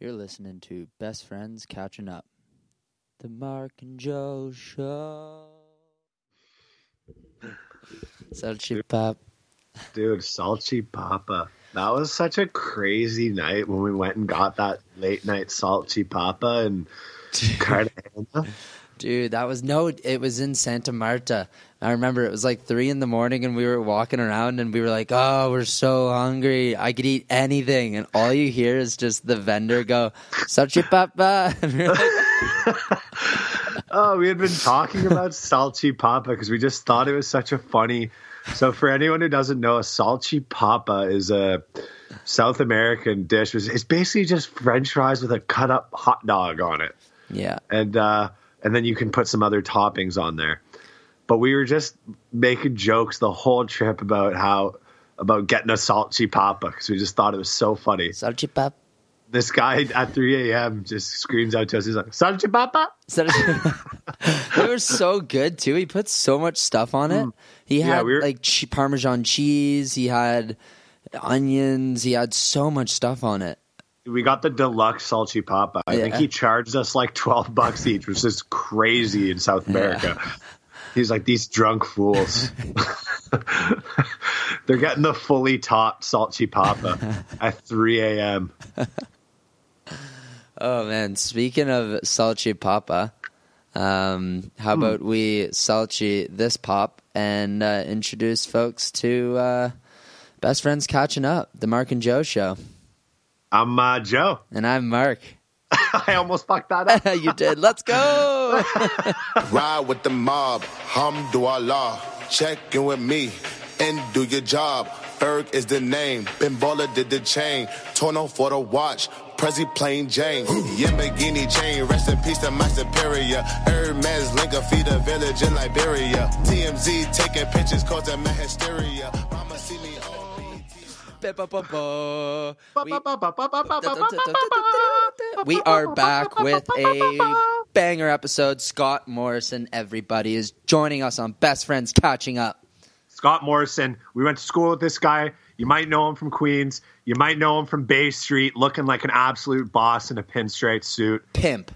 You're listening to Best Friends Catching Up. The Mark and Joe Show. Salchi Pop. Dude, Salchi Papa. That was such a crazy night when we went and got that late night Salchi Papa and Cartagena. Dude, that was no, it was in Santa Marta. I remember it was like three in the morning and we were walking around and we were like, oh, we're so hungry. I could eat anything. And all you hear is just the vendor go, Salchi Papa. And we're like, Oh, we had been talking about Salchi Papa because we just thought it was such a funny. So, for anyone who doesn't know, a Salchi Papa is a South American dish. It's it's basically just French fries with a cut up hot dog on it, yeah. and uh, and then you can put some other toppings on there. But we were just making jokes the whole trip about how about getting a Salchi Papa because we just thought it was so funny. Salchi Papa. This guy at 3 a.m. just screams out to us, he's like, Salchi Papa? So they were so good too. He put so much stuff on it. He Hmm. Yeah, had we were- like che- Parmesan cheese. He had onions. He had so much stuff on it. We got the deluxe salchipapa. Papa. I think Yeah. he charged us like twelve bucks each, which is crazy in South America. He's like these drunk fools. They're getting the fully topped salchipapa at three a.m. Oh man! Speaking of salchi papa, um, Hmm. how about we salchi this pop and uh, introduce folks to uh, best friends catching up, the Mark and Joe show, I'm uh, Joe. and I'm Mark. I almost fucked that up. you did. Let's go. Ride with the mob, hamdulillah. Check in with me and do your job. Berg is the name, Benvola did the chain. Torno for the watch, Prezi plain Jane. Yamagini chain, rest in peace to my superior. Hermes Linka feed a village in Liberia. TMZ taking pictures causing my hysteria. Mama see me on BT. Ba-ba-ba-ba. We- We We are back with a banger episode. Scott Morrison, everybody, is joining us on Best Friends Catching Up. Scott Morrison. We went to school with this guy. You might know him from Queens. You might know him from Bay Street, looking like an absolute boss in a pinstripe suit. Pimp.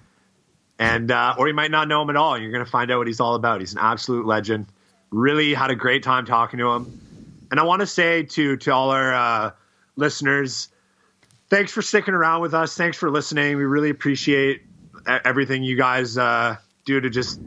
and uh, or you might not know him at all. and You're going to find out what he's all about. He's an absolute legend. Really had a great time talking to him. And I want to say to to all our uh, listeners, thanks for sticking around with us. Thanks for listening. We really appreciate e- everything you guys uh, do to just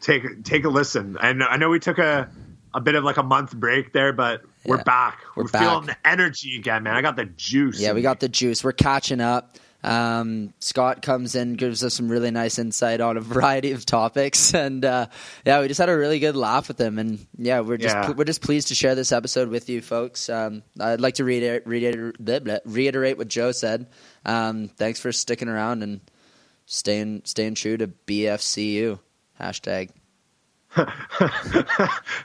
take take a listen. And I know we took a a bit of like a month break there, but Yeah. we're back. We're We're, feeling back. the energy again, man. I got the juice. Yeah, we got the juice. We're catching up. Um, Scott comes in, gives us some really nice insight on a variety of topics, and uh, yeah, we just had a really good laugh with him. And yeah, we're just Yeah. we're just pleased to share this episode with you folks. Um, I'd like to reiterate, reiterate, reiterate what Joe said. Um, thanks for sticking around and staying staying true to BFCU hashtag.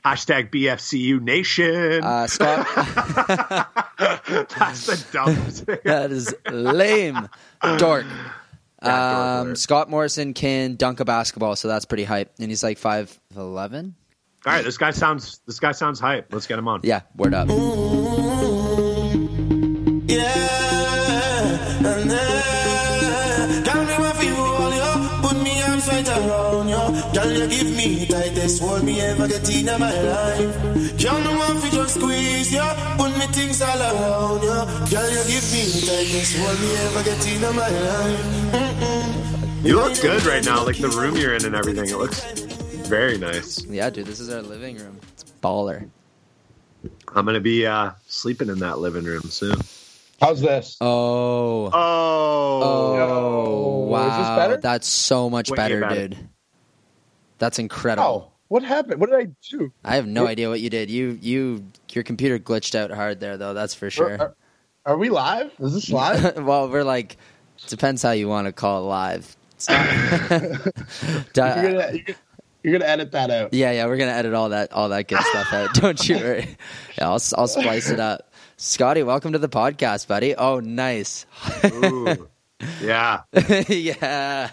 hashtag BFCU Nation. Uh, Scott, That's the dumbest. thing. that is lame, dork. Yeah, Um, dork alert. Scott Morrison can dunk a basketball, so that's pretty hype. And he's like five eleven. All right, this guy sounds this guy sounds hype. Let's get him on. Yeah, word up. Yeah, and then Girl, me want fi hold you Put me arms right around you Girl, you give me tightest hold me ever get in my life Girl, me want fi just squeeze you Put me things all around you Girl, you give me tightest hold me ever get in my life You look good right now, like the room you're in and everything. It looks very nice. Yeah, dude, this is our living room. It's baller. I'm gonna be uh, sleeping in that living room soon. How's this? Oh, oh, Oh, wow, is this better? that's so much Way better, better. dude. That's incredible. Wow. Oh, What happened? What did I do? I have no idea what you did. You, you, your computer glitched out hard there, though. That's for Are- sure. Are, are we live? Is this live? well, we're like, depends how you want to call it live. It's not- Di- you're, gonna, you're, gonna- you're gonna edit that out. yeah, yeah, we're gonna edit all that, all that good stuff out. Don't you worry. Yeah, I'll, I'll splice it up. Scotty, welcome to the podcast, buddy. Oh, nice. Oh, Ooh. yeah. yeah,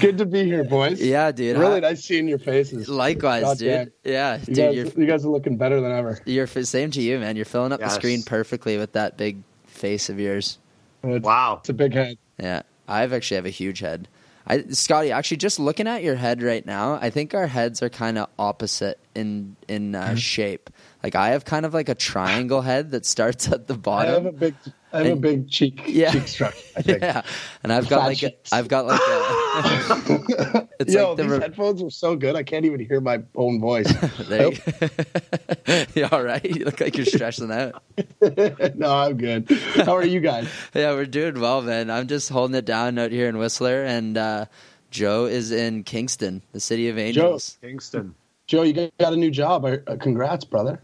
Good to be here, boys. yeah, dude. really I- nice seeing your faces. Likewise, God damn. dude. Yeah, You dude. guys, you're you guys are looking better than ever. you're f- same to you, man. You're filling up the Yes. screen perfectly with that big face of yours. It's, Wow. It's a big head. Yeah, I've actually have a huge head. I, Scotty, actually, just looking at your head right now, I think our heads are kind of opposite in in Mm-hmm. uh, shape. Like I have kind of like a triangle head that starts at the I have a bottom. big, I have a And- big cheek, Yeah. cheek structure. I think. Yeah, and I've got Fat like a, cheeks. I've got like a, it's Yo, like the these re- headphones are so good. I can't even hear my own voice. there you, you all right? You look like you're stretching out. no, I'm good. How are you guys? Yeah, we're doing well, man. I'm just holding it down out here in Whistler, and uh, Joe is in Kingston, the city of angels. Kingston. Joe, you got got a new job. I- uh, Congrats, brother.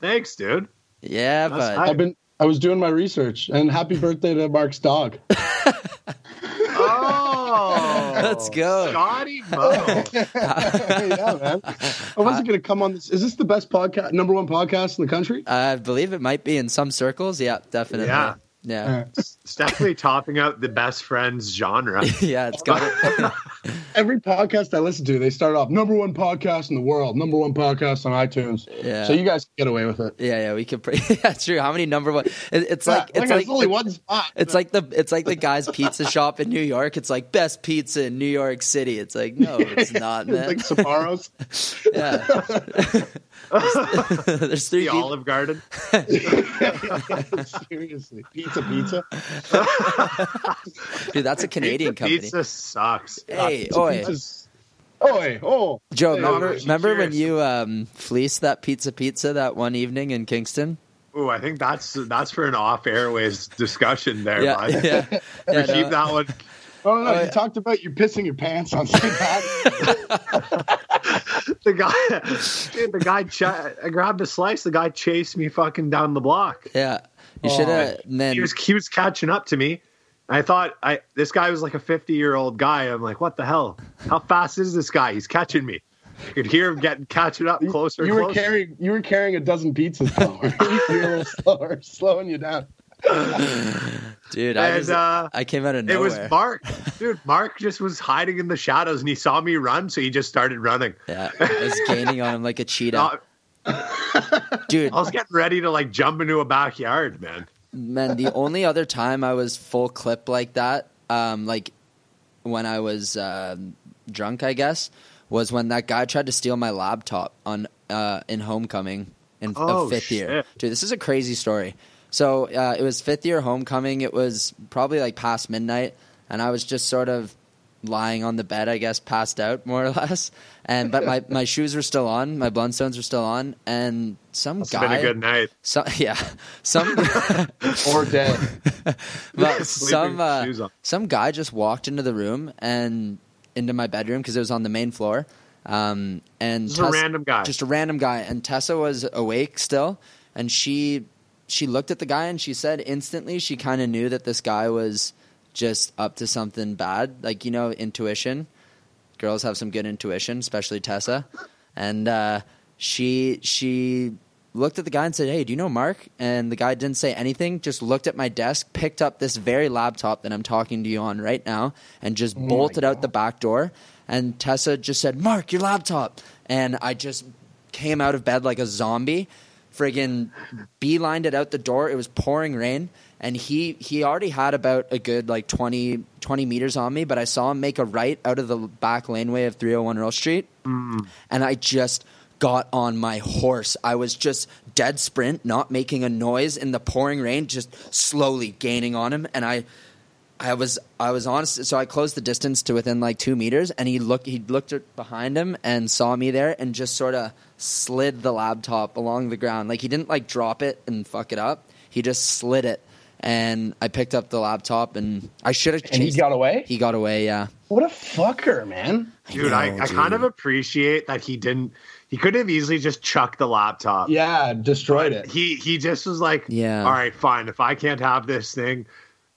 Thanks, dude. Yeah, That's but high. I've been. I was doing my research, and happy birthday to Mark's dog. Oh, Let's go. Scotty Mo. yeah, man. I wasn't going to come on this. Is this the best podcast, number one podcast in the country? I believe it might be in some circles. Yeah, definitely. Yeah. Yeah. Yeah, Uh, it's definitely topping out the best friends genre. it's got it. Every podcast I listen to, they start off number one podcast in the world, number one podcast on iTunes. Yeah. So you guys can get away with it. Yeah, yeah, we could. Pre- yeah, true. How many number one? It, it's like Yeah, it's like there's only one spot. It's like the it's like the guy's pizza shop in New York. It's like best pizza in New York City. It's like no, it's not, It's man. like Sabaros. yeah. there's, there's three The people. Olive Garden. Seriously, pizza, pizza. Dude, that's a Canadian pizza, company. Pizza sucks. Hey, Pizza, oi, pizza's- Oi, oh, Joe. Hey, remember, Robert, remember when cheers. you um, fleeced that pizza pizza that one evening in Kingston? Ooh, I think that's that's for an off airways discussion there, yeah, bud. yeah, yeah, We keep no. that one. Oh no! Oh, you yeah. talked about you pissing your pants on St. Patrick's. The guy, dude, the guy. Cha- I grabbed a slice. The guy chased me fucking down the block. yeah. You Oh. should have, man. He was he was catching up to me. I thought I this guy was like a fifty year old guy. I'm like, what the hell? How fast is this guy? He's catching me. I could hear him getting catching up closer. you and were closer. carrying you were carrying a dozen pizzas. Though. You're a little slower, slowing you down. Dude, I, And, was, uh, I came out of It nowhere. was Mark, dude. Mark just was hiding in the shadows, and he saw me run, so he just started running. yeah, I was gaining on him like a Uh, cheetah. Dude, I was getting ready to like jump into a backyard, man. man, the only other time I was full clip like that, um, like when I was um drunk, I guess, was when that guy tried to steal my laptop on uh, in homecoming in Oh, of fifth year. shit. Dude, this is a crazy story. So uh, it was fifth year homecoming. It was probably like past midnight, and I was just sort of lying on the bed, I guess, passed out more or less. And but my, my shoes were still on, my Blundstones were still on, and some It's guy, been a good night. some yeah, some Or dead. but Sleeping some with uh, shoes on. some guy just walked into the room and into my bedroom because it was on the main floor. Um, and Just a random guy. just a random guy, and Tessa was awake still, and she she looked at the guy and she said instantly she kind of knew that this guy was just up to something bad, like you know intuition girls have some good intuition, especially Tessa. And uh, she she looked at the guy and said, "Hey, do you know Mark?" And the guy didn't say anything. Just looked at my desk, picked up this very laptop that I'm talking to you on right now, and just bolted out the back door. And Tessa just said, "Mark, your laptop." And I just came out of bed like a zombie, friggin' beelined it out the door. It was pouring rain. And he, he already had about a good like 20, 20 meters on me, but I saw him make a right out of the back laneway of 301 Earl Street. And I just got on my horse. I was just dead sprint, not making a noise in the pouring rain, just slowly gaining on him. And I I was I was honest. So I closed the distance to within like two meters, and he looked he looked at behind him and saw me there, and just sort of slid the laptop along the ground. Like he didn't like drop it and fuck it up. He just slid it, and I picked up the laptop, and I should have. And he got away? He got away. Yeah. What a fucker, man. Dude, I, know, I kind dude. of appreciate that he didn't. He could have easily just chucked the laptop. Yeah, destroyed it. He he just was like, Yeah. all right, fine. If I can't have this thing,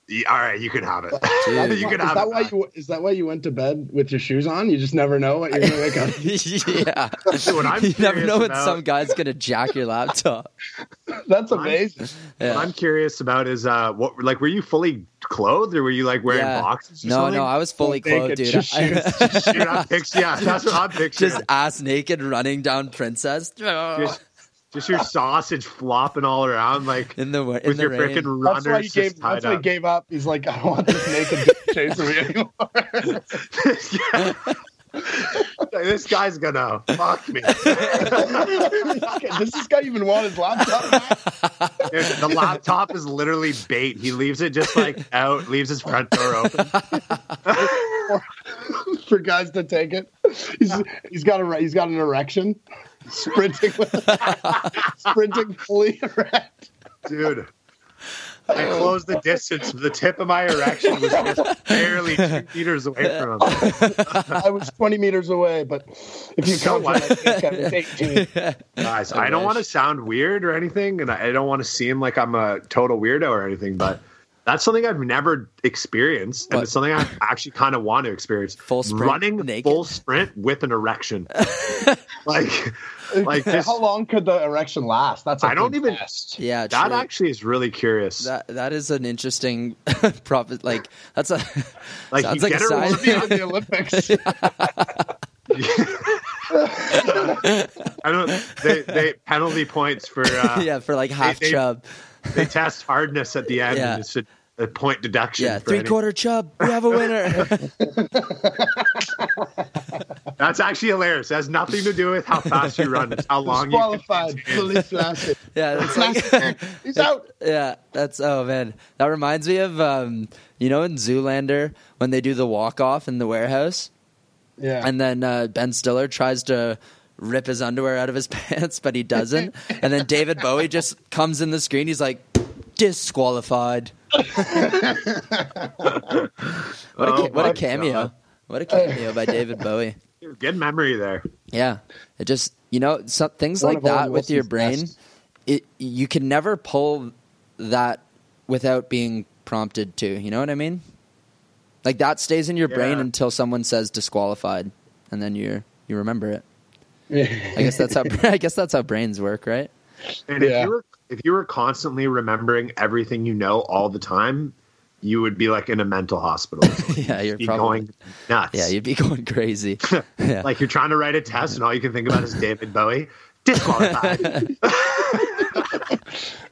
y- all right, you can have it. you can is have that it. why you is that why you went to bed with your shoes on? You just never know what you're gonna wake up. yeah. What I'm you never curious know when about- some guy's gonna jack your laptop. That's amazing. Yeah. What I'm curious about is uh, what like were you fully clothed or were you like wearing Yeah. boxes? Or no, something? no, I was fully clothed, Naked, dude. just I- shoes. Dude, I'm picturing, yeah, that's what I'm picturing. just ass naked running down Princess. Just Just your sausage flopping all around, like in the wa- in with the your rain. freaking runners That's why he just gave. tied That's why he up. gave up. He's like, I don't want this naked bitch chasing me anymore. Yeah. Like, this guy's gonna fuck me. Does this guy even want his laptop? back? Dude, the laptop is literally bait. He leaves it just like out, leaves his front door open. for guys to take it. He's he's got a he's got an erection, sprinting with sprinting fully erect. Dude, I closed the distance. The tip of my erection was just barely two meters away from him. I was twenty meters away, but if you So count, I think I was eighteen. Guys, I I, don't wish. want to sound weird or anything, and I I don't want to seem like I'm a total weirdo or anything, but that's something I've never experienced, and What? it's something I actually kind of want to experience. Full sprint running naked? full sprint with an erection, like, like just How long could the erection last? That's a I don't big even- test. Yeah, that true. actually is really curious. that that is an interesting profit. Like that's a like you sounds like a get her side. one- Be on the Olympics. I don't. They, they penalty points for uh, yeah for like half they- chub. they test hardness at the end. Yeah. and It's a, a point deduction. Yeah, for three any- quarter chub. We have a winner. That's actually hilarious. It has nothing to do with how fast you run. It's how long you. Qualified, fully flaccid. yeah, that's like, He's out. yeah, that's oh man, that reminds me of um, you know in Zoolander when they do the walk off in the warehouse. Yeah. And then uh, Ben Stiller tries to rip his underwear out of his pants, but he doesn't. and then David Bowie just comes in the screen. He's like, disqualified. what, a Oh ca- what my a cameo. God. What a cameo by David Bowie. Good memory there. Yeah. It just, you know, some, things One like of Owen that with your Wilson's brain, best. it, you can never pull that without being prompted to. You know what I mean? Like that stays in your brain Yeah. until someone says disqualified, and then you you remember it. Yeah. I guess that's how I guess that's how brains work, right? And Yeah. if you were if you were constantly remembering everything you know all the time, you would be like in a mental hospital. Yeah, you're Be probably going nuts. yeah, you'd be going crazy. Yeah. like you're trying to write a test, and all you can think about is David Bowie disqualified.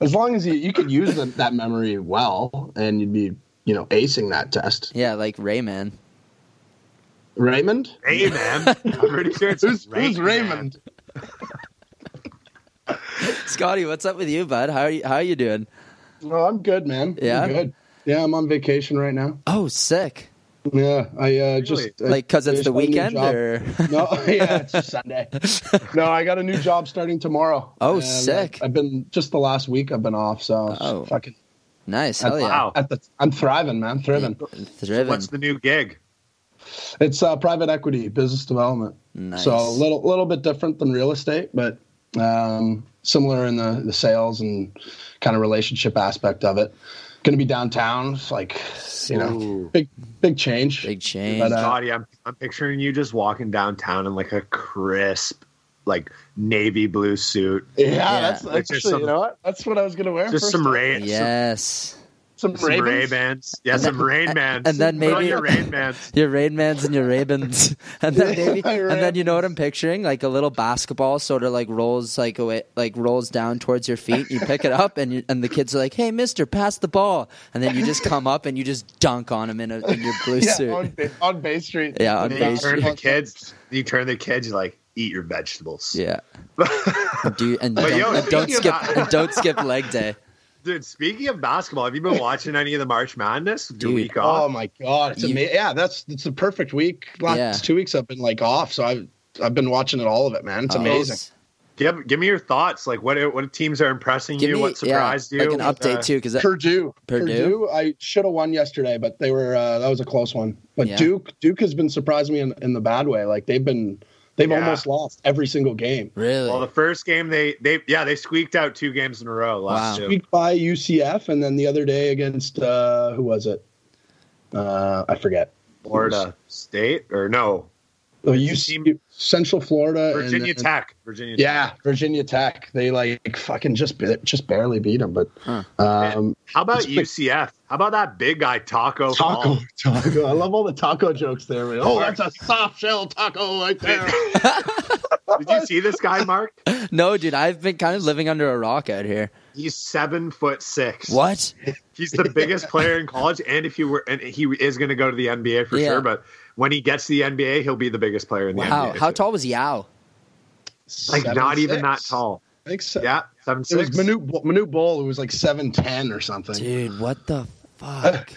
As long as you you could use the, that memory well, and you'd be you know acing that test. yeah, like Rayman. Raymond. hey man, I'm pretty sure it's Who's, Ray- who's Raymond? Scotty, what's up with you, bud? How are you, how are you doing? No, Oh, I'm good, man. I'm Yeah? good. Yeah, I'm on vacation right now. Oh, sick. Yeah, I uh, just I Like cuz it's finished the my new weekend job. or no, yeah, it's Sunday. No, I got a new job starting tomorrow. Oh, And sick. I, have been just the last week. I've been off, so Oh. oh. fucking Nice. Hell yeah. Wow. at the I'm thriving, man. Thriving. Driven. What's the new gig? It's uh, private equity, business development. Nice. So a little little bit different than real estate, but um, similar in the the sales and kind of relationship aspect of it. Going to be downtown, it's like you know, Ooh. big big change. Big change. But, uh, Scotty, I'm, I'm picturing you just walking downtown in like a crisp, like navy blue suit, yeah, that's Like just actually some- you know what? That's what I was going to wear. just first some time. rain, yes. some, some, some Ray Ravens. Bans, yeah, some Rain Bans, and then Put on maybe- your Rain Bans. Your Rainmans and your Ravens, and then Yeah, maybe, your and then you know what I'm picturing, like a little basketball, sort of like rolls like away, like rolls down towards your feet. You pick it up, and you, and the kids are like, "Hey, Mister, pass the ball," and then you just come up and you just dunk on him in, a, in your blue Yeah, suit. on, Ba- on Bay Street. Yeah, on And Bay then you Street. turn to the kids, you turn to the kids, you're like, eat your vegetables. yeah. And do and But don't, yo, and don't speaking of skip that- and don't skip leg day. Dude, speaking of basketball, have you been watching any of the March Madness? The Dude. week Oh off? my god, it's You- amazing. Yeah, that's it's a perfect week. Last Yeah. two weeks I've been like off, so I've I've been watching it all of it, Oh, man. It's Um, amazing. give, give me your thoughts. Like, what what teams are impressing Give you? me what surprised yeah, you? like an update Uh, too, because Purdue. Purdue? I should have won yesterday, but they were uh, that was a close one. But Yeah. Duke Duke has been surprising me in, in the bad way. Like they've been they've Yeah. almost lost every single game. really, Well, the first game they they yeah they squeaked out two games in a row. Last Wow. two. Week by UCF and then the other day against uh who was it? Uh I forget. Florida State or no Oh, team- UC, Central Florida and Virginia then- Tech. Virginia. Tech. Yeah, Virginia Tech. They like fucking just just barely beat them, but Huh. um, How about It's big- UCF? How about that big guy Taco? taco, Fall? taco. I love all the taco jokes there. man. Oh, that's a soft shell taco right there. Did you see this guy, Mark? No, dude, I've been kind of living under a rock out here. He's seven foot six. What? He's the biggest player in college, and if you were, and he is going to go to the NBA for Yeah. sure. But when he gets to the NBA, he'll be the biggest player in the Wow. NBA. How tall was Yao? Like not even that Seven-six. tall. I think so. Yeah, seven It six. was Manute, Bo- Manute Bowl, who was like 7'10 or something. Dude, what the fuck?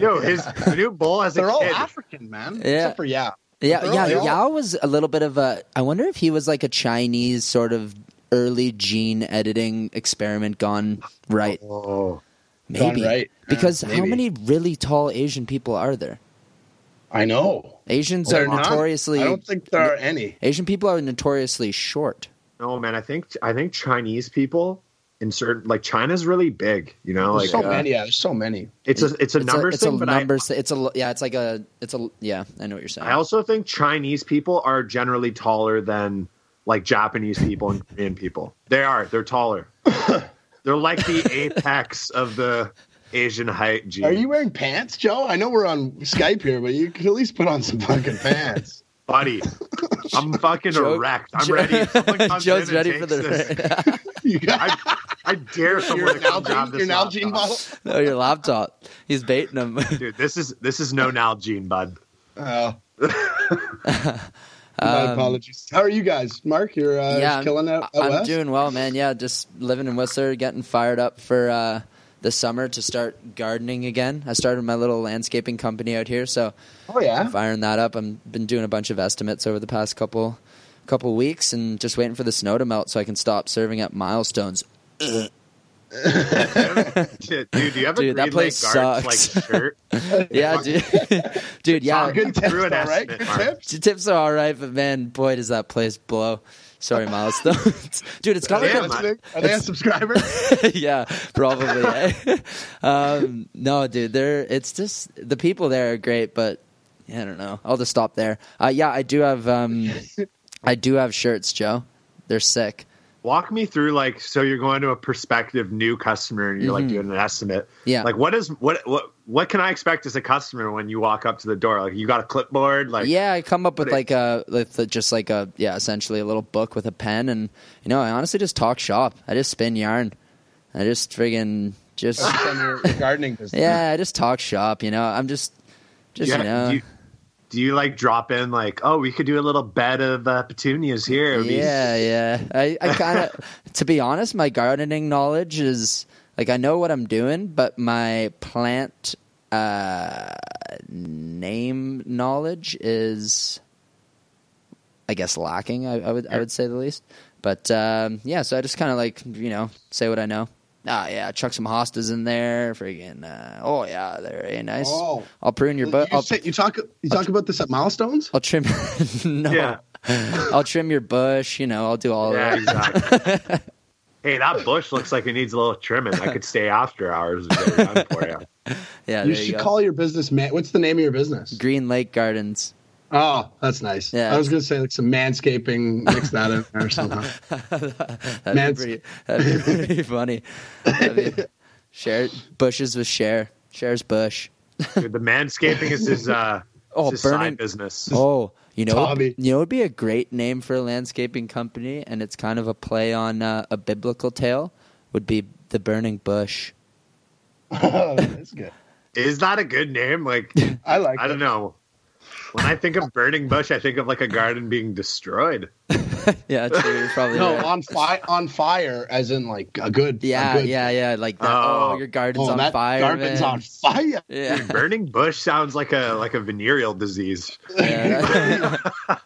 Yo, his new bull as a They're all kid. African, man. Yeah. Except for yeah. Yeah, They're yeah, all- they all- Yao was a little bit of a. I wonder if he was like a Chinese sort of early gene editing experiment gone right. Oh, Maybe right, yeah, because how maybe. many really tall Asian people are there? I know. Asians They're are not- notoriously. I don't think there are any. Asian people are notoriously short. no, man. I think I think Chinese people in certain like China's really big. You know, like There's so uh, many. Yeah, there's so many. It's a it's a It's a, numbers it's a thing, but I- numbers. thi- it's a lo- yeah. It's like a. It's a yeah. I know what you're saying. I also think Chinese people are generally taller than like Japanese people and Korean people. They are. They're taller. they're like the apex of the Asian height gene. Are you wearing pants, Joe? I know we're on Skype here, but you could at least put on some fucking pants. buddy? I'm fucking Joe- erect. I'm Joe- ready. If someone comes Joe's in and ready for takes this, the You got I, I dare your someone to come grab Nalgene, this your Nalgene laptop. bottle. no your laptop. He's baiting him. Dude, this is this is no Nalgene, bud. Oh. My apologies. How are you guys, Mark? You're uh, Um, yeah, just I'm- killing out, out I'm west? doing well, man. Yeah, just living in Whistler, getting fired up for uh, the summer to start gardening again. I started my little landscaping company out here, so Oh yeah. I'm firing that up. I've been doing a bunch of estimates over the past couple couple weeks, and just waiting for the snow to melt so I can stop serving up milestones. Dude, do you have a Dude, that Green Lake place Gardens sucks. like shirt? Yeah, dude, dude, yeah. Sorry. Good tips, Through all an right? estimate, Good Mark. tips. The tips are all right, but man, boy, does that place blow. Sorry, milestones, dude. It's got like Yeah, a man. Listening? Are they a subscriber? yeah, probably. eh? um, no, dude, they're it's just the people there are great, but yeah, I don't know. I'll just stop there. Uh, yeah, I do have um, I do have shirts, Joe. They're sick. Walk me through like so you're going to a prospective new customer and you're like doing an estimate. Mm-hmm. Yeah. Like what is what what what can I expect as a customer when you walk up to the door? Like you got a clipboard, like yeah, I come up with But like a with a- just like a yeah, essentially a little book with a pen, and you know, I honestly just talk shop. I just spin yarn. I just friggin' just On your gardening business. yeah, I just talk shop. You know, I'm just just yeah, you know. do, you, do you like drop in like, oh, we could do a little bed of uh, petunias here? It would be- Yeah, yeah. I, I kind of, to be honest, my gardening knowledge is like I know what I'm doing, but my plant uh, name knowledge is, I guess, lacking. I, I would, I would say the least. But um, yeah, so I just kind of like you know say what I know. Ah, yeah, chuck some hostas in there. Freaking, uh, oh yeah, they're eh, nice. Oh. I'll prune your You, butt. I'll, say- you talk. You talk about this at milestones. I'll trim. no, Yeah. I'll trim your bush. You know, I'll do all Yeah, that. exactly. hey, that bush looks like it needs a little trimming. I could stay after hours and get it done for you. Yeah, you there should go. call your business man. What's the name of your business? Green Lake Gardens. Oh, that's nice. Yeah. I was gonna say like some manscaping. Mix that in there somehow. That'd Mans- be pretty. That'd be pretty funny. That'd be- Share bushes with share. Share's bush. Dude, the manscaping is his uh Oh, his burning- side business. Oh, you know, Tommy. you know, it'd be a great name for a landscaping company, and it's kind of a play on uh, a biblical tale. Would be the burning bush. Oh, that's good. Is that a good name? Like I like. I don't know. When I think of burning bush, I think of like a garden being destroyed. Yeah, true. You're probably. No, right. on fire. On fire, as in like a good. a yeah, good- yeah, yeah. Like that. Oh. Oh, your garden's Oh, on that fire. garden's man. on fire. Yeah. Burning bush sounds like a like a venereal disease. yeah.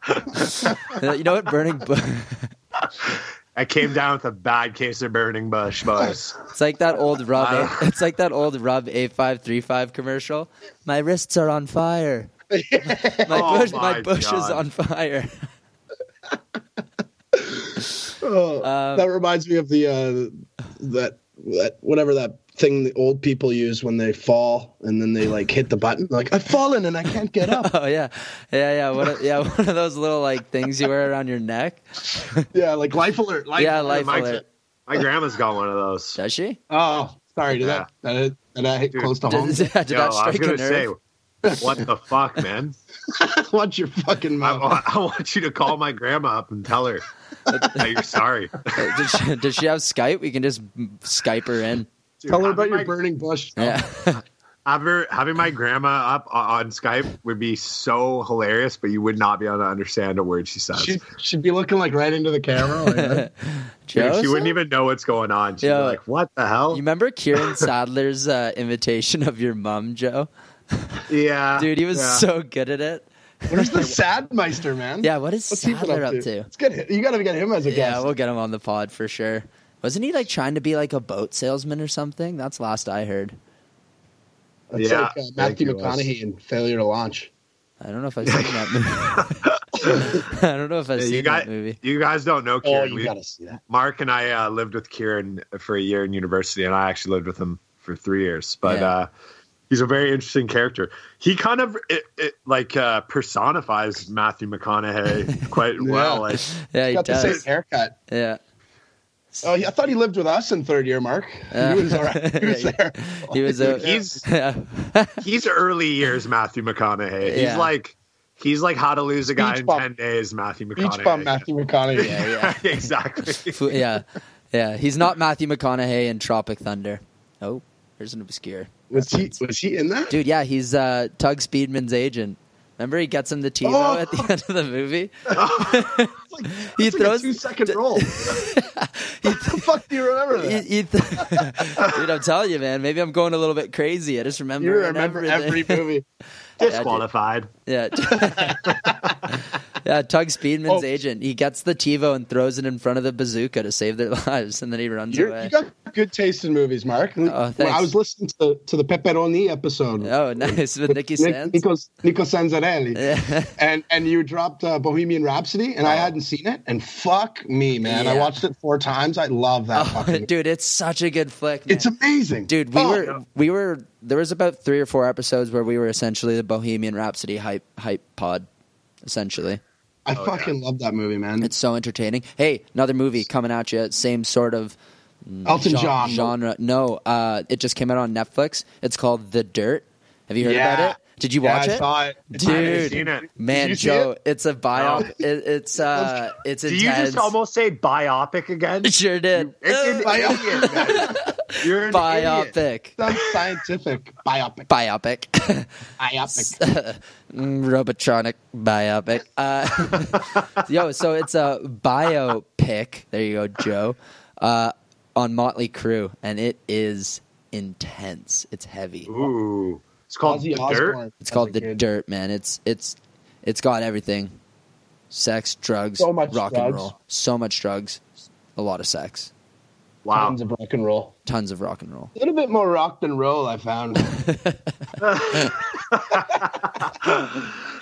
you know what? Burning bush. I came down with a bad case of burning bush, boys. It's like that old rub. Wow. it's like that old rub eight five three five commercial. My wrists are on fire. my Oh bush, my, my bush is God. on fire. Oh, Um, that reminds me of the uh, that that whatever that thing the old people use when they fall and then they like hit the button like I've fallen and I can't get up. Oh yeah, yeah, yeah. One of, yeah, one of those little like things you wear around your neck. yeah, like life alert. Life yeah, alert. life my- alert. My grandma's got one of those. Does she? Oh, sorry. Did that did I, did I hit Dude. close to home? Did, yeah, did Uh-huh. Yo, that I was strike a gonna nerve? say What the fuck, man? Watch your fucking I, mouth. wa- I want you to call my grandma up and tell her that you're sorry. Uh, Does she, does she have Skype? We can just Skype her in. Dude, Tell her having about your my- burning bush. Yeah. Have her- having my grandma up o- on Skype would be so hilarious, but you would not be able to understand a word she says. She'd, she'd be looking like right into the camera. Like, Dude, Joseph? she wouldn't even know what's going on. She'd Yeah. be like, "What the You hell?" remember Kieran Sadler's uh, imitation of your mum, Joe? yeah, Dude, he was yeah. so good at it. Where's the Sadmeister, man? Yeah, what is What's he been Sadler up to? Let's get him. You got to get him as a Yeah, guest. we'll get him on the pod for sure. Wasn't he like trying to be like a boat salesman or something? That's last I heard. That's Yeah, like uh, I think Matthew he was. McConaughey in Failure to Launch. I don't know if I've seen that movie. I don't know if I've Yeah, seen you guys, that movie. you guys don't know Oh, Kieran. you We- got to see that. Mark and I uh, lived with Kieran for a year in university, and I actually lived with him for three years. But Yeah. uh, he's a very interesting character. He kind of it, it, like uh, personifies Matthew McConaughey quite well. Like, Yeah, he got the same does. haircut. Yeah, Oh, I thought he lived with us in third year, Mark. Yeah. He was all right. He was Uh, Yeah. there. he was. A, He's- yeah. he's early years Matthew McConaughey. Yeah. He's like he's like how to lose a guy Beach in bum. ten days, Matthew McConaughey. Beach bum Matthew McConaughey. Yeah, yeah. exactly. Fu- yeah, yeah. He's not Matthew McConaughey in Tropic Thunder. Oh, there's an obscure. Was he? Was he in that? Dude, yeah, he's uh, Tug Speedman's agent. Remember, he gets him the TiVo Oh. at the end of the movie. It's like, He it's like throws- a two second roll. How the fuck do you remember He- that? he th- Dude, I'm telling you, man. Maybe I'm going a little bit crazy. I just remember. you remember every everything. movie. Disqualified. yeah, yeah. Tug Speedman's Oh. agent. He gets the TiVo and throws it in front of the bazooka to save their lives, and then he runs You're, away. you got good taste in movies, Mark. Oh, thanks. I was listening to, to the Pepperoni episode. oh, nice with Nicky Nick- Sands. Nico, Nico Sanzarelli. Yeah. and and you dropped uh, Bohemian Rhapsody, and I Oh. hadn't seen it. And fuck me, man! I Yeah. watched it four times. I love that Oh, fucking. movie. dude, it's such a good flick. Man. It's amazing, dude we Oh, were yeah. we were there was about three or four episodes where we were essentially the bohemian rhapsody hype hype pod essentially I Oh, fucking love that movie, man. it's so entertaining hey another movie coming at you same sort of Elton gen- John. genre no uh it just came out on netflix it's called the dirt have you heard about it did you Yeah, watch I it saw it, Dude. I haven't seen it. man you see joe it's a biop No. it, it's uh it's Do intense you just almost say biopic again? It sure did It's an Uh, idiot, man. You're an idiot. biopic Sounds scientific biopic. biopic Biopic. Mm, Robotronic biopic. Uh, yo, so it's a biopic. There you go, Joe. Uh, on Motley Crue, and it is intense. It's heavy. Ooh, it's called Ozzy The Osbourne. Dirt. It's called That's a the good- Dirt, man. It's it's it's got everything: sex, drugs, So much rock and drugs. roll, so much drugs, a lot of sex, Wow. Tons of rock and roll. tons of rock and roll. A little bit more rock than roll, I found.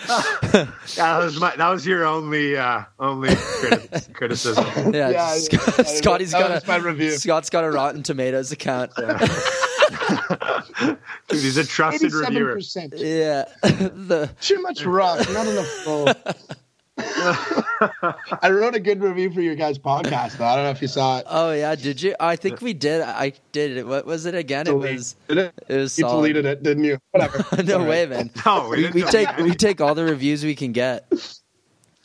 That was my. That was your only uh, only criti- criticism. Yeah, Yeah, Sc- yeah, yeah. Scotty's That got was a my review. Scott's got a Rotten Tomatoes account. Dude, he's a trusted Eighty-seven reviewer. percent. Yeah, the Too much rock, not enough roll. I wrote a good review for your guys' podcast. Though. I don't know if you saw it. Oh yeah, did you? I think we did. I did it. What was it again? It was. Deleted It was you solid. deleted it, didn't you? Whatever. no Sorry. way, man. No, We, didn't we know take that. we take all the reviews we can get.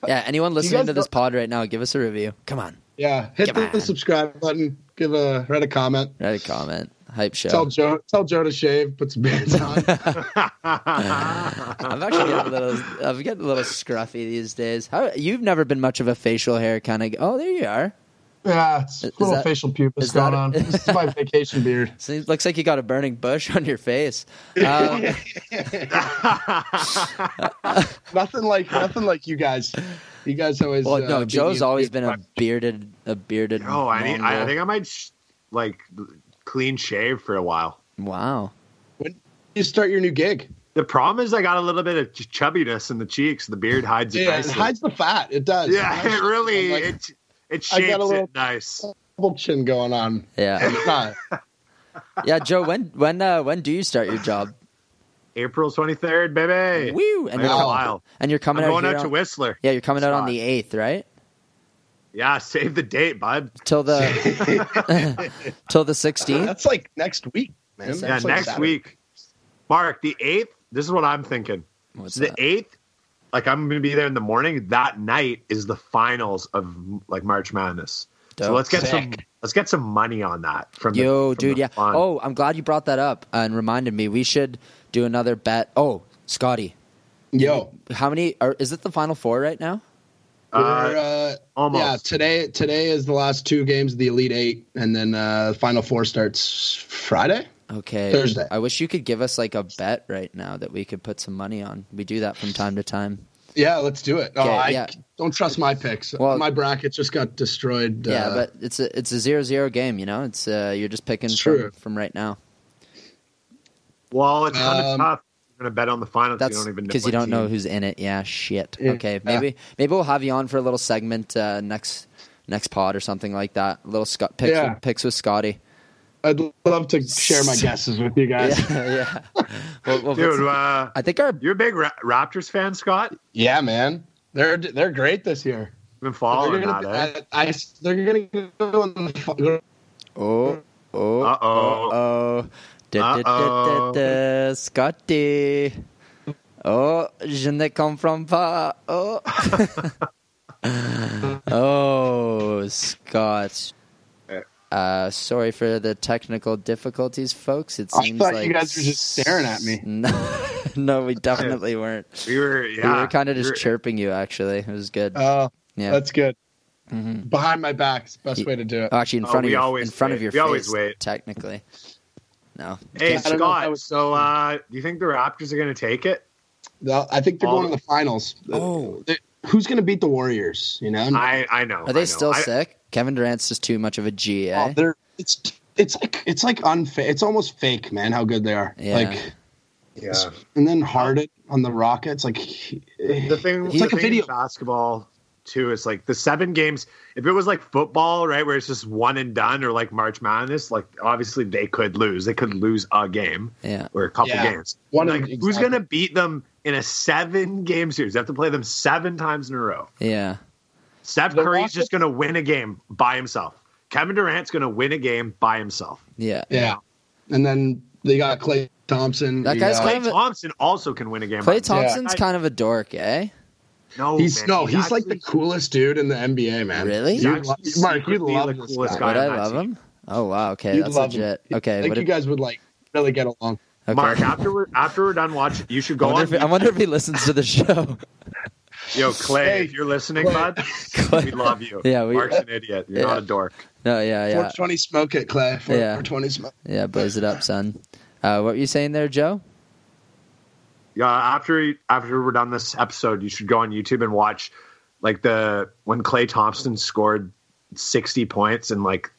Yeah, anyone listening guys to this don't- pod right now, give us a review. Come on, Yeah, hit Come the, on. subscribe button. Give a write a comment. write a comment. Hype Tell show. Joe tell Joe to shave. Put some bands on. I'm actually getting a little. I'm getting a little scruffy these days. How you've never been much of a facial hair kind of. Oh, there you are. yeah, it's Is a little that- facial pubis is that going a- on. This is my vacation beard. Seems, looks like you got a burning bush on your face. Um, Uh, Uh, Nothing like nothing like you guys. You guys always. well, uh, no, beat Joe's me- always been a bearded, a bearded. Oh, I need, I, I Mongol. think I might sh- like clean shave for a while. Wow. When you start your new gig, The problem is I got a little bit of ch- chubbiness in the cheeks. The beard hides it. yeah, it nicely. hides the fat. It does. yeah, it really Like, it it I got a shapes little- it nice. double chin going on. Yeah. It's not. yeah, Joe. When when uh, when do you start your job? April twenty third, baby. Woo! And you're, Like a Wow. com- while. and you're I'm coming out going here out to on- Whistler. yeah, you're coming out on Scott. the eighth, right? Yeah, save the date, bud. Till the till the sixteenth. That's like next week, man. Yeah, That's Yeah, like next Saturday. week. Mark, the eighth This is what I'm thinking. What's So the that? eighth, like I'm gonna be there in the morning. That night is the finals of like March Madness. So Dope. let's get some Sick. let's get some money on that from the- Yo, from dude, the yeah. fund. Oh, I'm glad you brought that up and reminded me. We should do another bet. Oh, Scotty, Yo, how many? Are, is it the final four right now? we're, Uh, uh, almost. Yeah, today today is the last two games of the Elite Eight, and then uh, Final Four starts Friday. Okay, Thursday. I wish you could give us like a bet right now that we could put some money on. We do that from time to time. Yeah, let's do it. Oh, Okay, I yeah. don't trust my picks. Well- my bracket just got destroyed. yeah, uh, but it's a it's a zero zero game. You know, it's uh, you're just picking It's from, true. from right now. well, it's kind of um, tough. You're gonna bet on the finals. That's you don't even because you what don't know team. who's in it. Yeah, shit. Yeah. Okay, maybe maybe we'll have you on for a little segment uh, next next pod or something like that. little Scott picks, Yeah. picks with Scotty. I'd love to share my guesses with you guys. Yeah, yeah. Well, well, Dude, what's- uh, I think our you're a big Ra- Raptors fan, Scott. man, they're they're great this year. Been They're following that, eh? gonna, I, I, they're gonna go in the fi- go oh oh Uh oh oh. Uh-oh. Scotty. Oh, je ne comprends pas. Oh, oh, Scott. Uh, sorry for the technical difficulties, folks. It I seems thought like you guys were just staring at me. No, no, we definitely weren't. We were, yeah. we were kind of just You're- chirping you. Actually, it was good. Oh, yeah, that's good. Mhm. Behind my back is the best way to do it. Oh, actually, in Oh, front of we your, always in front of wait. your We face. always wait. Technically, no. Hey, I don't know if that Scott. was- So, uh, do you think the Raptors are gonna take it? No, I think they're All- going to the finals. Oh. They- who's going to beat the Warriors? You know, I, I know. Are I know. they still I- sick? Kevin Durant's just too much of a G. Oh, Eh? they're it's it's like it's like unfair. It's almost fake, man. How good they are. Yeah. Like, Yeah. and then Harden on the Rockets, like he- The thing, It's the like a thing video. with basketball too is like the seven games. If it was like football, right, where it's just one and done, or like March Madness, like obviously they could lose. They could lose a game yeah. or a couple Yeah. games. One like, of- who's exactly. gonna beat them in a seven game series? They have to play them seven times in a row. Yeah. Steph The Curry's Rockets- just gonna win a game by himself. Kevin Durant's gonna win a game by himself. Yeah. yeah. And then they got Clay Thompson. uh, That you guy's got- kind Clay of a- Thompson also can win a game. by Clay himself. Thompson's Yeah. kind of a dork, eh? No, he's Oh, man, no, he's like actually- the coolest dude in the NBA, man. Really? You He's love, actually Mark, you secretly love the this coolest guy. Would guy. I on that love team. him? Oh wow. Okay, You'd that's love legit. him. I Okay. think What you if, guys would like really get along. okay. Mark, after we're after we're done watching, you should I go wonder, on. if, I wonder if he listens to the show. Yo, Clay, Hey, if you're listening, Clay. bud, we love you. Yeah, we- Mark's an idiot. You're Yeah. not a dork. No, yeah, yeah, 420 smoke it, Clay. 420 smoke. yeah. Blaze it up, son. Uh, what were you saying there, Joe? Yeah, after after we're done this episode, you should go on YouTube and watch like the when Clay Thompson scored 60 points in like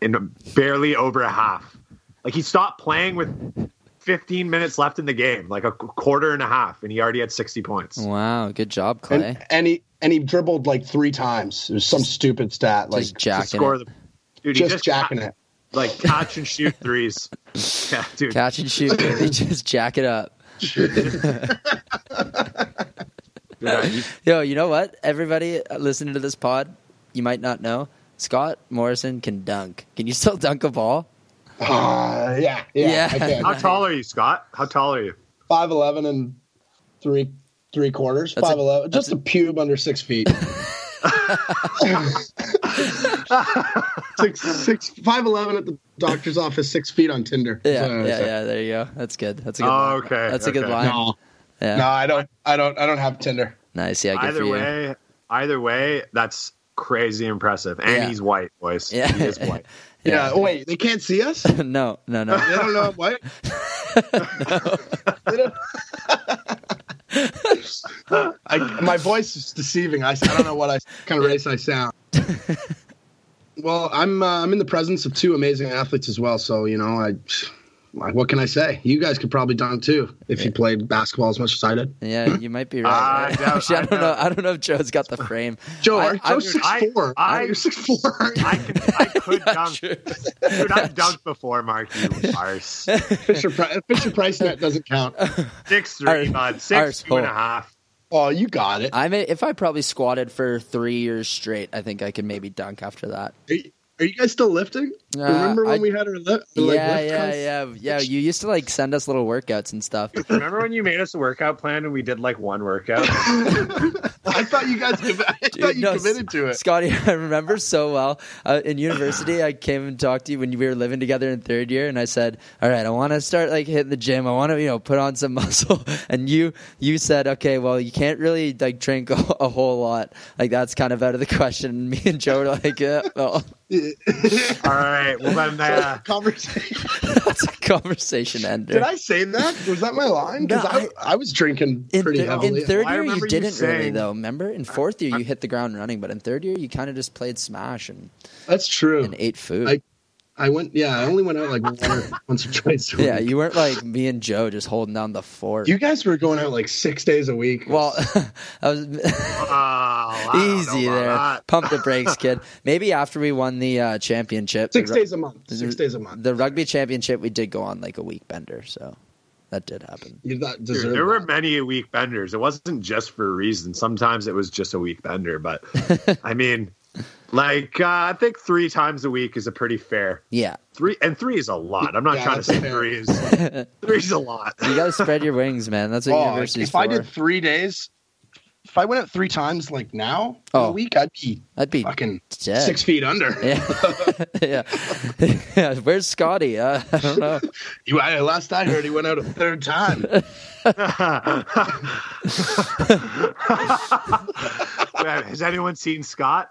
in barely over a half. Like he stopped playing with 15 minutes left in the game, like a qu- quarter and a half, and he already had 60 points. Wow, good job, Clay. And, and he and he dribbled like three times. It was some stupid stat, like just jacking to score it. the dude, he just, just jacking it. like catch and shoot threes. Yeah, dude, Catch and shoot, baby. just jack it up. Dude, I- he's- Yo, you know what? Everybody listening to this pod, you might not know, Scott Morrison can dunk. Can you still dunk a ball? Ah, yeah, yeah. Yeah. I can. How tall are you, Scott? How tall are you? five eleven and three three quarters. That's a- Five eleven, just a, pube under six feet. six, six, five eleven at the doctor's office, six feet on Tinder. Yeah, So, yeah, so- yeah. There you go. That's good. That's a good. Oh, line. okay, That's a good okay. line. No, Yeah. no, I don't, I don't, I don't have Tinder. Nice. Yeah. Good Either for you. way, either way, that's crazy impressive. And Yeah. he's white, boys. Yeah. He is white. Yeah. oh, Wait, they can't see us. They no. No. No. don't know what. They don't- I, my voice is deceiving. I, I don't know what I kind of race I sound. well, I'm uh, I'm in the presence of two amazing athletes as well. So you know, I like, what can I say? You guys could probably dunk too if you played basketball as much as I did. Yeah. You might be right. I right? doubt- Actually, I I don't know. doubt- I don't know if Joe's got the frame. Joe, I- are I'm- Joe six I- four. I- you're six four. I can, I could dunk. Sure. Dude, I've dunked before, Mark. You farce. Fisher Pri- Fisher Price net doesn't count. Six Our- three, bud. our Six two and a soul. half. Oh, you got it. I may, if I probably squatted for three years straight, I think I could maybe dunk after that. Are you, are you guys still lifting? Remember when Uh, I- we had our lip? Yeah, like, lip yeah, cons- yeah, yeah. You used to like send us little workouts and stuff. Remember when you made us a workout plan and we did like one workout? I thought you guys. I thought you no, committed to it. Scotty, I remember so well. Uh, in university, I came and talked to you when we were living together in third year, and I said, "All right, I want to start like hitting the gym. I want to, you know, put on some muscle." And you, you said, "Okay, well, you can't really like drink a, a whole lot. Like that's kind of out of the question." And me and Joe were like, yeah, well, All right. Well, then, uh, Conversation. "That's a conversation ender." Did I say that? Was that my line? Because No, I- I, I was drinking in, pretty thir- in heavily. third Well, I year, you remember you didn't really saying- though. Remember, in fourth year, you hit the ground running, but in third year, you kind of just played smash and, That's true. and ate food. I- I went. Yeah, I only went out like once or- once or twice. A yeah, week. you weren't like me and Joe just holding down the fort. You guys were going out like six days a week. Well, I was oh, I don't know easy about there. that. Pump the brakes, kid. Maybe after we won the uh, championship, six the, ru- days a month. Six days a month. the rugby championship, we did go on like a week bender, so that did happen. You not Dude, deserve. there were that. many weak benders. It wasn't just for a reason. Sometimes it was just a weak bender, but I mean, like uh, I think three times a week is a pretty fair Yeah, three, and three is a lot. I'm not Yeah, trying to that's say fair. three is three's a lot. you gotta spread your wings, man. That's what Oh, like, university's if for. I did three days, if I went out three times like now Oh. a week, I'd be I'd be fucking dead. six feet under. yeah. yeah, yeah. Where's Scotty? Uh, I don't know. You, I, last I heard, he went out a third time. Man, Has anyone seen Scott?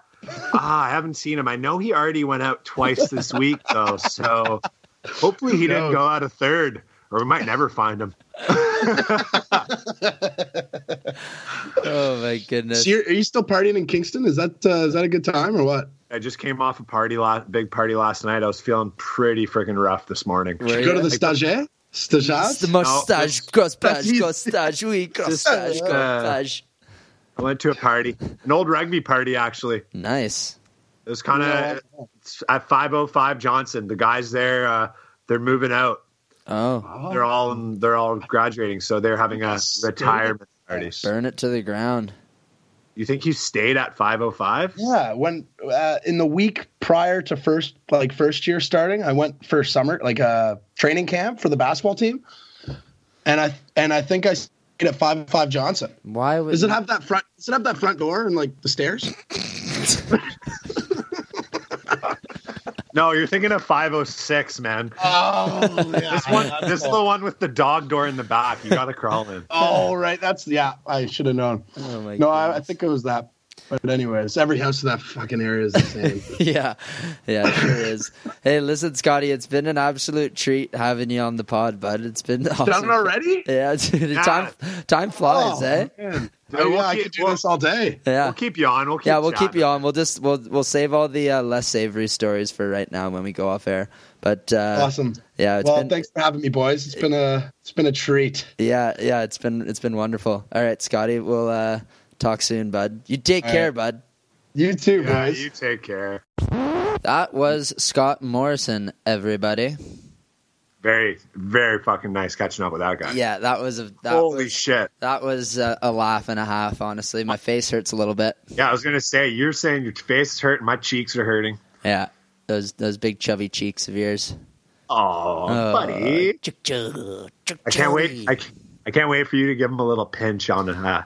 Ah, I haven't seen him. I know he already went out twice this week though, so hopefully he didn't knows? go out a third, or we might never find him. Oh my goodness. So you're, are you still partying in Kingston? Is that uh, is that a good time or what? I just came off a party last big party last night. I was feeling pretty freaking rough this morning. Where Go to you the at? stagiaire. Stagiaire. It's the mustache, that's crosspash, easy. crosspash, we crosspash, uh, crosspash. I went to a party, an old rugby party actually. Nice. It was kind of at 505 Johnson. The guys there, uh, they're moving out. Oh, uh, They're all they're all graduating, so they're having a retirement party. burn it to the ground. You think you stayed at 505? Yeah, when uh, in the week prior to first like first year starting, I went for summer like uh, training camp for the basketball team, and I and I think I stayed at five five Johnson. Why would Does it have that front? Does it have that front door and like the stairs? No, you're thinking of 506, man. Oh yeah, this One- this is the one with the dog door in the back. You got to crawl in. Oh right, that's yeah. I should have known. Oh my No, I, I goodness. think it was that. But anyways, every house in that fucking area is the same. yeah, yeah, it sure is. Hey, listen, Scotty, it's been an absolute treat having you on the pod, bud. It's been awesome. Done already? Yeah, dude, time time flies, Oh, eh? Oh, yeah, I keep, could do we'll- this all day. Yeah, we'll keep you on. We'll keep yeah, we'll keep chatting. you on. We'll just we'll we'll save all the uh, less savory stories for right now when we go off air. But uh, Awesome. Yeah, it's Well, been thanks for having me, boys. It's been a it's been a treat. yeah yeah it's been it's been wonderful. All right, Scotty, we'll uh, talk soon, bud. You take All care, right. bud. You too, Yeah, boys. you take care. That was Scott Morrison, everybody. Very, very fucking nice catching up with that guy. Yeah, that was a that Holy was, shit. That was a, a laugh and a half, honestly. My face hurts a little bit. Yeah, I was gonna say you're saying your face is hurting, my cheeks are hurting. Yeah, those those big chubby cheeks of yours. Oh, Uh, buddy, I can't wait. I, c- I can't wait for you to give him a little pinch on uh,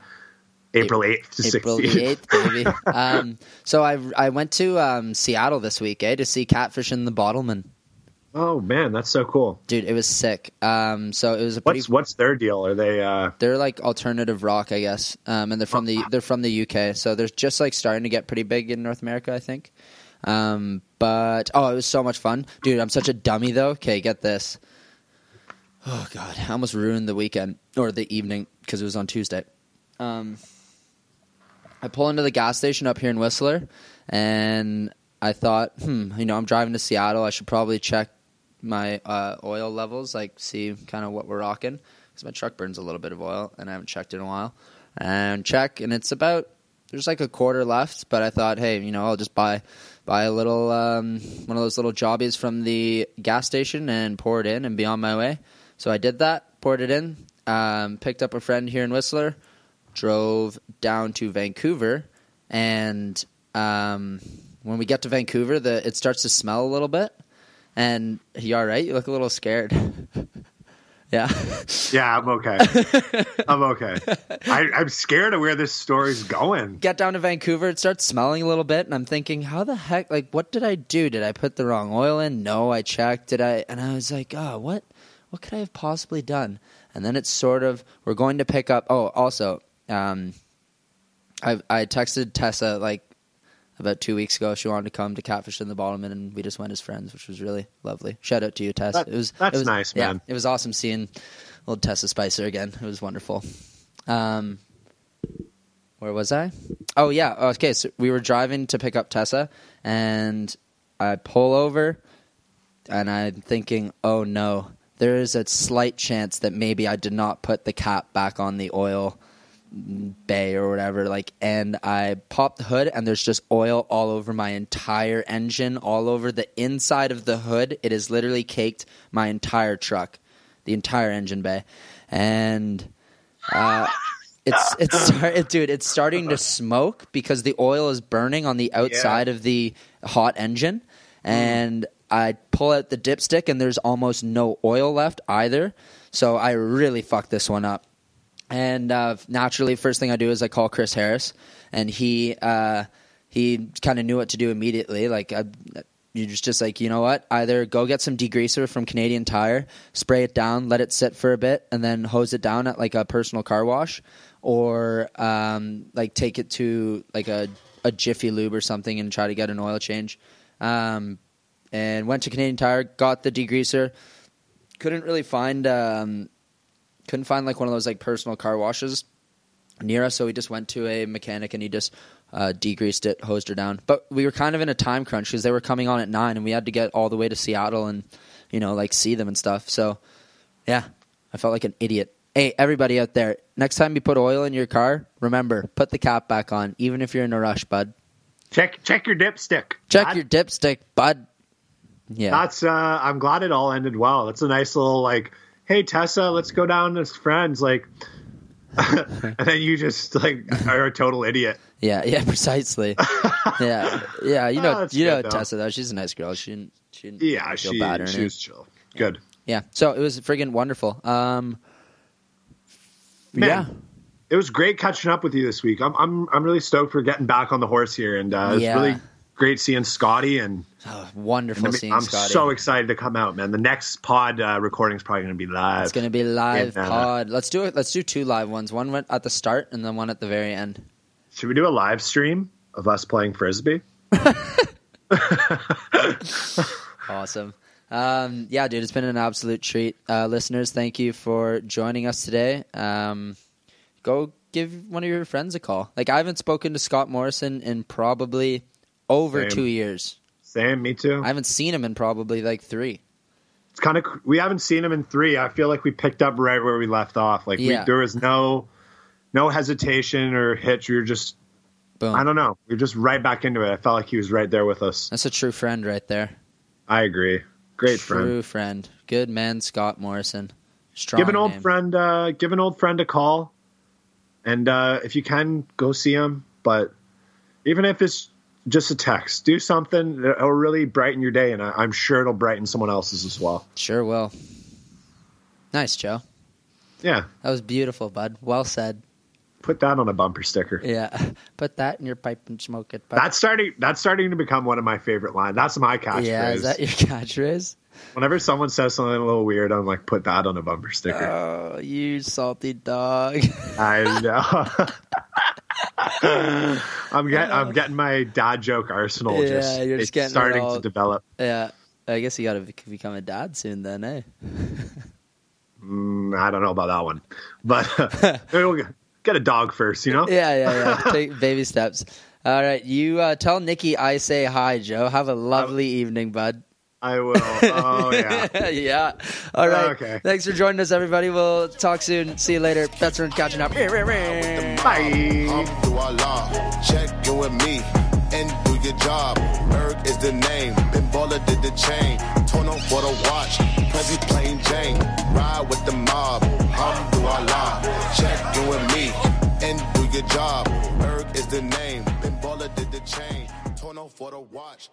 April eighth to April the sixteenth. 8th, baby. um, so I I went to um, Seattle this week, eh, to see Catfish and the Bottleman. Oh man, that's so cool. Dude, it was sick. Um, so it was a pretty What's what's their deal? Are they? Uh, they're like alternative rock, I guess, um, and they're from the they're from the UK. So they're just like starting to get pretty big in North America, I think. Um, but oh, it was so much fun, dude. I'm such a dummy though. Okay, get this. Oh god, I almost ruined the weekend or the evening because it was on Tuesday. Um, I pull into the gas station up here in Whistler, and I thought, hmm, you know, I'm driving to Seattle. I should probably check my uh, oil levels, like see kind of what we're rocking, because my truck burns a little bit of oil, and I haven't checked in a while. And check, and it's about there's like a quarter left, but I thought, hey, you know, I'll just buy buy a little um, one of those little jobbies from the gas station and pour it in and be on my way. So I did that, poured it in, um, picked up a friend here in Whistler, drove down to Vancouver, and um, when we get to Vancouver, the it starts to smell a little bit, and you all right? You look a little scared. yeah. Yeah, I'm okay. I'm okay. I, I'm scared of where this story's going. Get down to Vancouver. It starts smelling a little bit, and I'm thinking, how the heck? Like, what did I do? Did I put the wrong oil in? No, I checked. Did I? And I was like, oh, what? What could I have possibly done? And then it's sort of we're going to pick up. Oh, also, um, I I texted Tessa like about two weeks ago. She wanted to come to Catfish in the Bottom, and we just went as friends, which was really lovely. Shout out to you, Tess. That- it was that's it was, nice, man. Yeah, it was awesome seeing old Tessa Spicer again. It was wonderful. Um, where was I? Oh yeah. Okay, so we were driving to pick up Tessa, and I pull over, and I'm thinking, oh no. There is a slight chance that maybe I did not put the cap back on the oil bay or whatever like and i pop the hood and there's just oil all over my entire engine all over the inside of the hood it is literally caked my entire truck the entire engine bay and uh it's it's start, it, dude it's starting to smoke because the oil is burning on the outside of the hot engine and i pull out the dipstick and there's almost no oil left either so i really fucked this one up and uh, naturally, first thing I do is I call Chris Harris, and he uh, he kind of knew what to do immediately. Like I, you're just just like you know what, either go get some degreaser from Canadian Tire, spray it down, let it sit for a bit, and then hose it down at like a personal car wash, or um, like take it to like a a Jiffy Lube or something and try to get an oil change. Um, and went to Canadian Tire, got the degreaser. Couldn't really find um, couldn't find like one of those like personal car washes near us, so we just went to a mechanic and he just uh, degreased it, hosed her down. But we were kind of in a time crunch because they were coming on at nine, and we had to get all the way to Seattle and you know like see them and stuff. So yeah, I felt like an idiot. Hey, everybody out there, next time you put oil in your car, remember put the cap back on, even if you're in a rush, bud. Check check your dipstick. Check Not- your dipstick, bud. Yeah, That's uh I'm glad it all ended well. That's a nice little like, hey Tessa, let's go down as friends, like and then you just like are a total idiot. Yeah, yeah, precisely. yeah, yeah. You know, Oh, that's you know good, though. Tessa though. She's a nice girl. She didn't. She didn't Yeah, feel she, bad or she anything. was chill. Good. Yeah. So it was friggin' wonderful. Um. Man. yeah. It was great catching up with you this week. I'm I'm I'm really stoked for getting back on the horse here and uh it's Yeah. really great seeing Scotty and Oh, wonderful I seeing am Scotty. so excited to come out, man. The next pod uh, recording is probably going to be live. it's gonna be live Yeah. pod. Let's do it. Let's do two live ones. One went at the start, and then one at the very end. Should we do a live stream of us playing frisbee? Awesome. Um, yeah, dude, it's been an absolute treat. Uh, listeners, thank you for joining us today. Um, go give one of your friends a call. Like, I haven't spoken to Scott Morrison in probably over Same. two years. Sam, me too. I haven't seen him in probably like three. it's kind of we haven't seen him in three. I feel like we picked up right where we left off. Like Yeah. we, there was no no hesitation or hitch. We were just Boom. I don't know. We were just right back into it. I felt like he was right there with us. That's a true friend right there. I agree. Great friend. True friend. Good man, Scott Morrison. Strong. Give an old name. friend uh, give an old friend a call, and uh, if you can, go see him. But even if it's just a text, do something. It'll really brighten your day, and I, I'm sure it'll brighten someone else's as well. Sure will. Nice, Joe. Yeah, That was beautiful, bud. Well said. put that on a bumper sticker. Yeah. Put that in your pipe and smoke it. Bud. That's starting. That's starting to become one of my favorite lines. That's my catchphrase. yeah. Is that your catchphrase? Whenever someone says something a little weird, I'm like, put that on a bumper sticker. Oh, you salty dog. I know. I'm getting. I'm getting my dad joke arsenal. Uh. Yeah, just, you're just it's getting it starting all- to develop. yeah. I guess you got to become a dad soon, then, eh? Mm, I don't know about that one, but we'll get- get a dog first. You know. Yeah, yeah, yeah. Take baby steps. All right. You uh, tell Nikki I say hi, Joe. Have a lovely evening, bud. I will. Oh yeah. yeah. All right. Okay. Thanks for joining us, everybody. We'll talk soon. See you later. Best friend catching up. Bye. Hum do our law. Check in with me and do your job. Erg is the name. Ben Baller did the chain. Torn on for the watch. Prezi plain Jane. Ride with the mob. Hum do our law. Check in with me and do your job. Erg is the name. Ben Baller did the chain. Torn on for the watch.